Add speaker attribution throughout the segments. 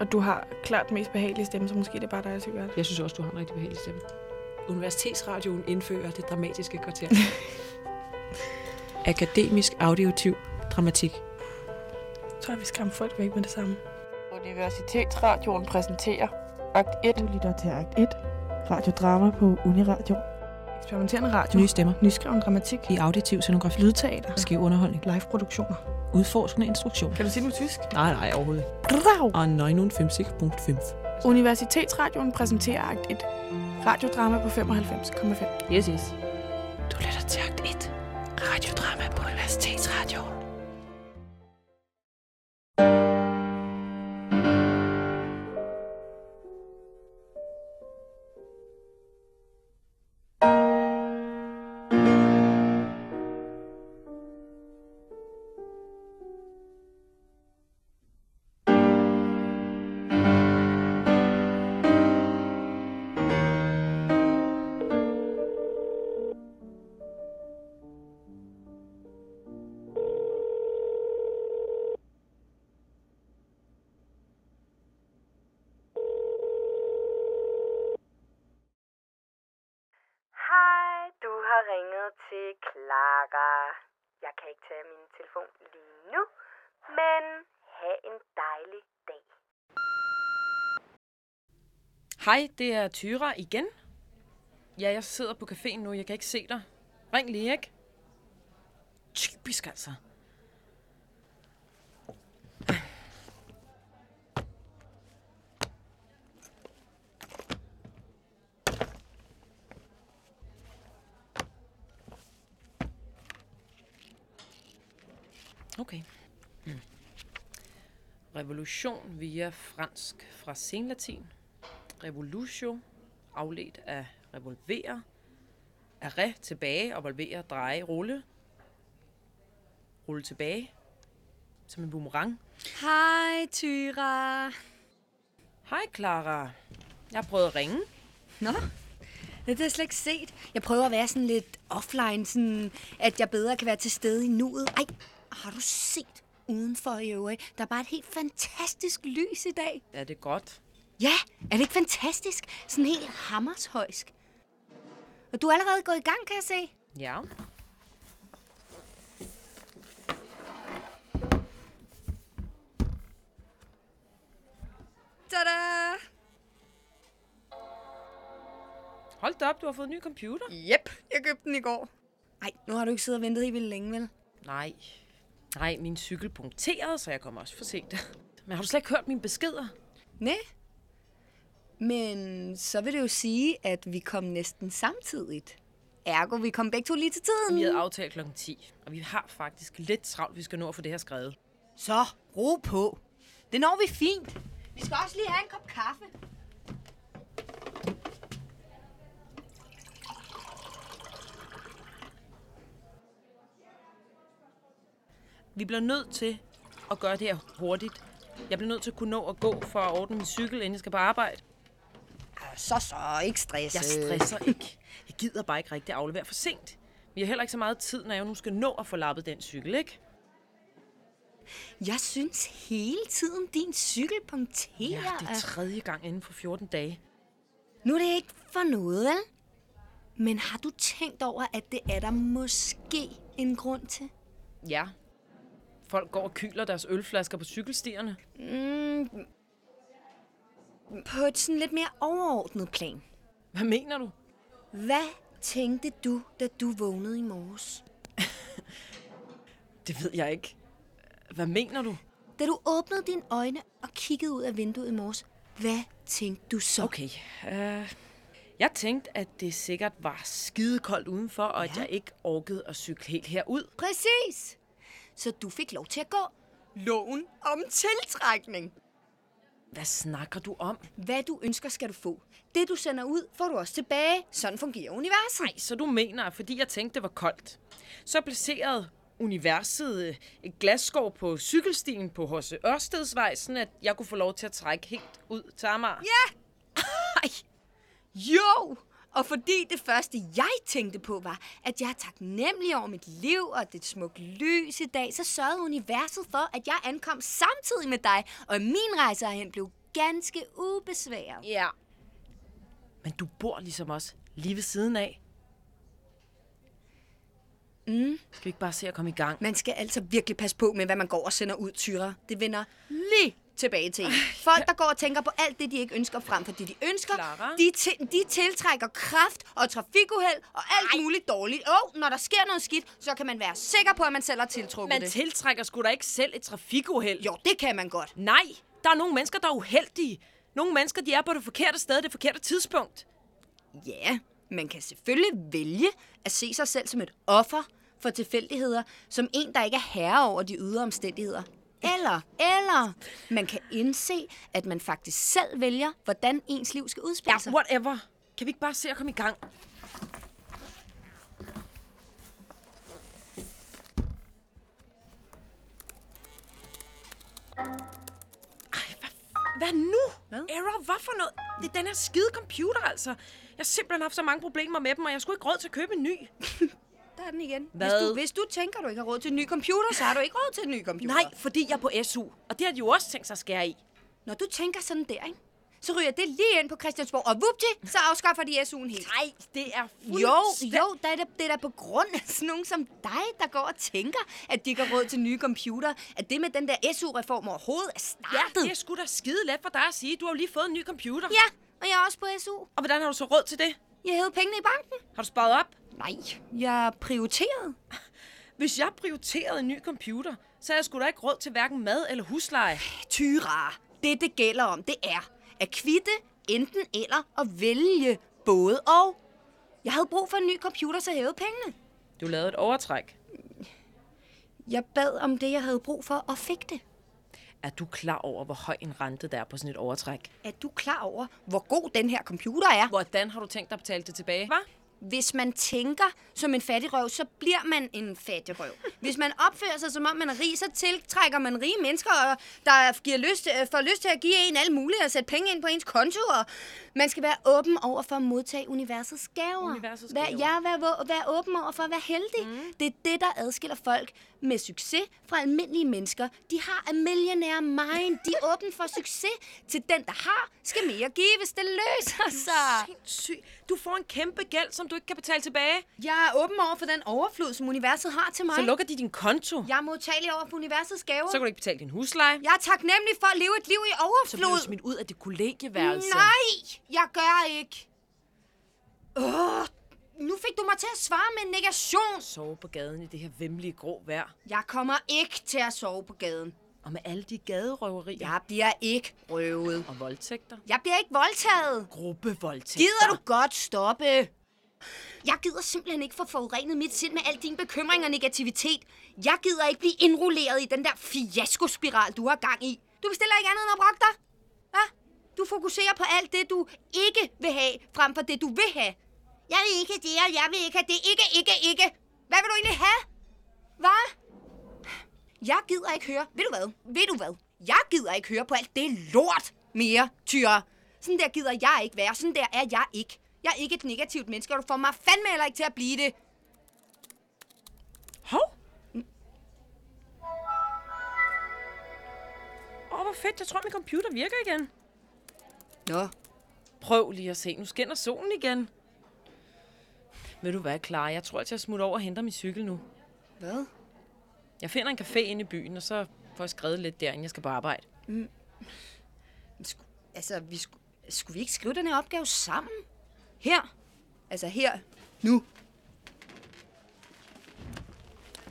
Speaker 1: Og du har klart den mest behagelige stemme, så måske det er bare dig, der skal gøre det.
Speaker 2: Jeg synes også, du har en rigtig behagelig stemme.
Speaker 3: Universitetsradioen indfører det dramatiske kvarter. Akademisk audiotiv dramatik.
Speaker 1: Jeg tror, vi skræmmer folk væk med det samme.
Speaker 4: Universitetsradioen præsenterer Akt 1.
Speaker 5: Du lytter til Akt 1, radiodrama på Uniradio.
Speaker 1: Eksperimenterende radio.
Speaker 3: Nye stemmer
Speaker 1: Nyskreven dramatik.
Speaker 3: i auditiv scenografi.
Speaker 1: Lydteater.
Speaker 3: Skæv underholdning.
Speaker 1: Live-produktioner.
Speaker 3: Udforskende instruktion.
Speaker 1: Kan du sige det på tysk?
Speaker 3: Nej, nej, overhovedet. ikke. Og 59.5.
Speaker 1: Universitetsradioen præsenterer Akt 1. Radiodrama på 95,5.
Speaker 2: Yes, yes.
Speaker 3: Du lytter til Akt 1. Radiodrama på Universitetsradio.
Speaker 6: Hej, du har ringet til Clara. Jeg kan ikke tage min telefon lige nu, men have en dejlig dag.
Speaker 7: Hej, det er Tyra igen. Ja, jeg sidder på caféen nu. Jeg kan ikke se dig. Ring lige, ikke? Typisk altså. Okay. Mm. Revolution via fransk fra senlatin. Revolutio, afledt af revolvere. Arre tilbage og volvere, dreje, rulle. Rulle tilbage. Som en boomerang.
Speaker 8: Hej, Tyra.
Speaker 7: Hej, Clara. Jeg har prøvet at ringe.
Speaker 8: Nå, det har jeg slet ikke set. Jeg prøver at være sådan lidt offline, sådan at jeg bedre kan være til stede i nuet. Ej, har du set udenfor i øvrigt? Der er bare et helt fantastisk lys i dag.
Speaker 7: Ja, det er godt.
Speaker 8: Ja, er det ikke fantastisk? Sådan helt hammershøjsk. Og du er allerede gået i gang, kan jeg se.
Speaker 7: Ja.
Speaker 8: Tada!
Speaker 7: Hold da op, du har fået en ny computer.
Speaker 8: Jep, jeg købte den i går. Nej, nu har du ikke siddet og ventet helt vildt længe, vel?
Speaker 7: Nej. Nej, min cykel punkterede, så jeg kommer også for sent. Men har du slet ikke hørt mine beskeder?
Speaker 8: Nej. Men så vil det jo sige, at vi kom næsten samtidigt. Ergo, vi kom begge to lige til
Speaker 7: Vi
Speaker 8: tiden.
Speaker 7: havde aftalt kl. 10, og vi har faktisk lidt travlt, vi skal nå at få det her skrevet.
Speaker 8: Så, ro på. Det når vi fint. Vi skal også lige have en kop kaffe.
Speaker 7: Vi bliver nødt til at gøre det her hurtigt. Jeg bliver nødt til at kunne nå at gå for at ordne min cykel, inden jeg skal på arbejde.
Speaker 8: Ah, Så, så, ikke stress. øh.
Speaker 7: Jeg stresser ikke. Jeg gider bare ikke rigtig aflevere for sent. Vi har heller ikke så meget tid, når jeg nu skal nå at få lappet den cykel, ikke?
Speaker 8: Jeg synes hele tiden, din cykel punkterer.
Speaker 7: Ja, det er tredje gang inden for 14 dage.
Speaker 8: Nu er det ikke for noget, vel? Men har du tænkt over, at det er der måske en grund til?
Speaker 7: Ja. Folk går og kyler deres ølflasker på cykelstierne.
Speaker 8: Mm. På et sådan lidt mere overordnet plan.
Speaker 7: Hvad mener du?
Speaker 8: Hvad tænkte du, da du vågnede i morges?
Speaker 7: Det ved jeg ikke. Hvad mener du?
Speaker 8: Da du åbnede dine øjne og kiggede ud af vinduet i morges, hvad tænkte du så?
Speaker 7: Okay. Øh, jeg tænkte, at det sikkert var skidekoldt udenfor, og ja. at jeg ikke orkede at cykle helt herud.
Speaker 8: Præcis! Så du fik lov til at gå. Loven om tiltrækning.
Speaker 7: Hvad snakker du om?
Speaker 8: Hvad du ønsker, skal du få. Det, du sender ud, får du også tilbage. Sådan fungerer universet.
Speaker 7: Nej, så du mener, at fordi jeg tænkte, det var koldt, så placerede universet øh, et glasskov på cykelstien på H.C. Ørstedsvej, sådan at jeg kunne få lov til at trække helt ud til Amager. Ja.
Speaker 8: Jo! Og fordi det første, jeg tænkte på, var, at jeg er taknemmelig over mit liv og det smukke lys i dag, så sørgede universet for, at jeg ankom samtidig med dig, og min rejse herhen blev ganske ubesværet.
Speaker 7: Ja. Men du bor ligesom os, lige ved siden af.
Speaker 8: Mm.
Speaker 7: Skal vi ikke bare se at komme i gang?
Speaker 8: Man skal altså virkelig passe på med, hvad man går og sender ud, Tyra. Det vender lige tilbage til en. Folk, der går og tænker på alt det, de ikke ønsker, frem for det, de ønsker,
Speaker 7: Clara?
Speaker 8: de, til, de tiltrækker kraft og trafikuheld og alt Ej. muligt dårligt. Og når der sker noget skidt, så kan man være sikker på, at man selv har tiltrukket
Speaker 7: Man
Speaker 8: det.
Speaker 7: tiltrækker sgu da ikke selv et trafikuheld.
Speaker 8: jo, det kan man godt.
Speaker 7: Nej, der er nogle mennesker, der er uheldige. Nogle mennesker, de er på det forkerte sted, det forkerte tidspunkt.
Speaker 8: Ja, man kan selvfølgelig vælge at se sig selv som et offer for tilfældigheder, som en, der ikke er herre over de ydre omstændigheder. Eller, eller, man kan indse, at man faktisk selv vælger, hvordan ens liv skal udspille sig.
Speaker 7: Whatever. Kan vi ikke bare se at komme i gang? Ej, hvad, hvad nu? Hvad? Error, hvad for noget? Det er den her skide computer, altså. Jeg har simpelthen haft så mange problemer med dem, og jeg skulle ikke råd til at købe en ny.
Speaker 8: Der er den igen. Hvis
Speaker 7: Hvad?
Speaker 8: du, hvis du tænker, du ikke har råd til en ny computer, så har du ikke råd til en ny computer.
Speaker 7: Nej, fordi jeg er på SU, og det har de jo også tænkt sig at skære i.
Speaker 8: Når du tænker sådan der, ikke? så ryger det lige ind på Christiansborg, og vupti, så afskaffer de SU'en helt.
Speaker 7: Nej, det er
Speaker 8: Jo, jo, der er det, det er da på grund af sådan nogen som dig, der går og tænker, at de ikke har råd til nye computer, at det med den der SU-reform overhovedet er
Speaker 7: Ja,
Speaker 8: startet.
Speaker 7: det er sgu da skide let for dig at sige. Du har jo lige fået en ny computer.
Speaker 8: ja, og jeg er også på SU.
Speaker 7: Og hvordan har du så råd til det?
Speaker 8: Jeg havde pengene i banken.
Speaker 7: Har du sparet op?
Speaker 8: Nej, jeg er prioriteret.
Speaker 7: Hvis jeg prioriterede en ny computer, så havde jeg sgu da ikke råd til hverken mad eller husleje.
Speaker 8: Tyra, det det gælder om, det er at kvitte enten eller og vælge både og. Jeg havde brug for en ny computer, så jeg hævede pengene.
Speaker 7: Du lavede et overtræk.
Speaker 8: Jeg bad om det, jeg havde brug for, og fik det.
Speaker 7: Er du klar over, hvor høj en rente der er på sådan et overtræk?
Speaker 8: Er du klar over, hvor god den her computer er?
Speaker 7: Hvordan har du tænkt dig at betale det tilbage? Hvad?
Speaker 8: Hvis man tænker som en fattig røv, så bliver man en fattig røv. Hvis man opfører sig som om man er rig, så tiltrækker man rige mennesker, og der giver lyst, øh, får lyst til at give en alt muligt og sætte penge ind på ens konto. Og man skal være åben over for at modtage universets gaver.
Speaker 7: Universets
Speaker 8: Vær,
Speaker 7: gaver.
Speaker 8: ja, vær, vå- vær åben over for at være heldig. Mm. Det er det, der adskiller folk med succes fra almindelige mennesker. De har a millionaire mind. De er åbne for succes. Til den, der har, skal mere gives. Det løser sig.
Speaker 7: Sindssygt. Du får en kæmpe gæld, som du ikke kan betale tilbage.
Speaker 8: Jeg er åben over for den overflod, som universet har til mig.
Speaker 7: Så lukker de din konto.
Speaker 8: Jeg er modtagelig over for universets gaver.
Speaker 7: Så kan du ikke betale din husleje.
Speaker 8: Jeg er taknemmelig for at leve et liv i
Speaker 7: Så bliver
Speaker 8: overflod.
Speaker 7: du smidt altså. ud af dit kollegieværelse.
Speaker 8: Nej, jeg gør ikke. Åh, nu fik du mig til at svare med en negation.
Speaker 7: Sove på gaden i det her vemmelige grå vejr.
Speaker 8: Jeg kommer ikke til at sove på gaden.
Speaker 7: Og med alle de gaderøverier.
Speaker 8: Jeg bliver ikke røvet.
Speaker 7: Og voldtægter.
Speaker 8: Jeg bliver ikke voldtaget.
Speaker 7: Gruppevoldtægter.
Speaker 8: Gider du godt stoppe? Jeg gider simpelthen ikke få forurenet mit sind med al din bekymring og negativitet. Jeg gider ikke blive indrulleret i den der fiaskospiral, du har gang i. Du bestiller ikke andet end at brokke dig. Ja? Du fokuserer på alt det, du ikke vil have, frem for det, du vil have. Jeg vil ikke have det, og jeg vil ikke have det. Ikke, ikke, ikke. Hvad vil du egentlig have? Hvad? Jeg gider ikke høre. Ved du hvad? Ved du hvad? Jeg gider ikke høre på alt det lort mere, Tyre. Sådan der gider jeg ikke være. Sådan der er jeg ikke. Jeg er ikke et negativt menneske, og du får mig fandme heller ikke til at blive det.
Speaker 7: Hov! Åh, oh, hvor fedt. Jeg tror, min computer virker igen.
Speaker 8: Nå,
Speaker 7: Prøv lige at se. Nu skinner solen igen. Ved du hvad, Clara? Jeg tror, at jeg smutter over og henter min cykel nu.
Speaker 8: hvad?
Speaker 7: Jeg finder en café inde i byen, og så får jeg skrevet lidt der, inden jeg skal på arbejde.
Speaker 8: Sku, altså, vi sku, skulle vi ikke skrive den her opgave sammen? Her. Altså her. Nu.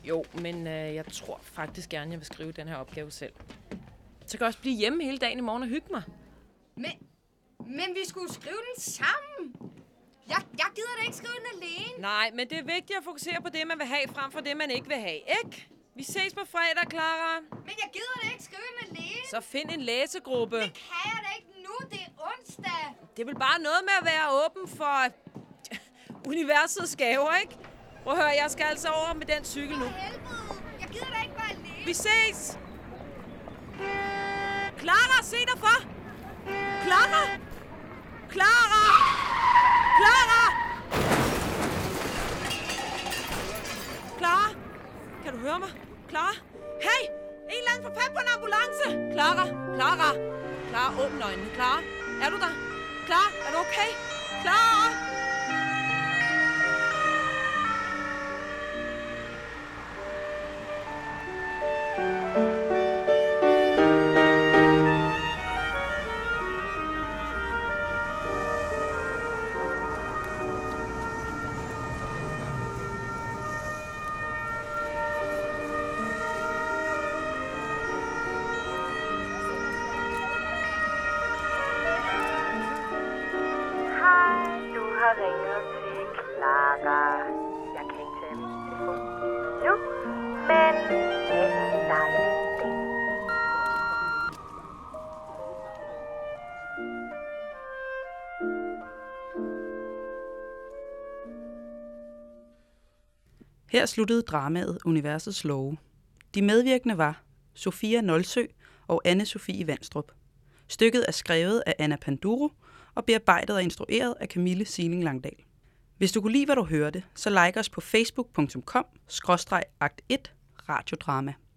Speaker 7: Jo, men øh, jeg tror faktisk gerne, jeg vil skrive den her opgave selv. Så kan jeg også blive hjemme hele dagen i morgen og hygge mig.
Speaker 8: Men, men vi skulle skrive den sammen. Jeg, jeg gider da ikke skrive den alene.
Speaker 7: Nej, men det er vigtigt at fokusere på det, man vil have, frem for det, man ikke vil have. Ikke? Vi ses på fredag, Clara.
Speaker 8: Men jeg gider da ikke skrive den alene.
Speaker 7: Så find en læsegruppe.
Speaker 8: Kan jeg da ikke nu? Det er onsdag.
Speaker 7: Det er vel bare noget med at være åben for universets gaver, ikke? Prøv at høre, jeg skal altså over med den cykel nu.
Speaker 8: helvede. Jeg gider da ikke være alene.
Speaker 7: Vi ses! Clara, se dig for! Clara! Clara! Clara! Clara! Kan du høre mig? Clara? Hey! En eller anden for fat på en ambulance! Clara! Clara! Klar, åbn øjnene. Klar. Er du der? Klar, er du okay? Klar!
Speaker 6: Hej, du har ringet til Clara. Jeg kan ikke tage min telefon nu, men have en dejlig dag.
Speaker 2: Her sluttede dramaet Universets love. De medvirkende var Sofia Nolsø og anne Sofie Vandstrup. Stykket er skrevet af Anna Panduro og bearbejdet og instrueret af Camille Siling Langdal. Hvis du kunne lide, hvad du hørte, så like os på facebook.com-akt1 radiodrama.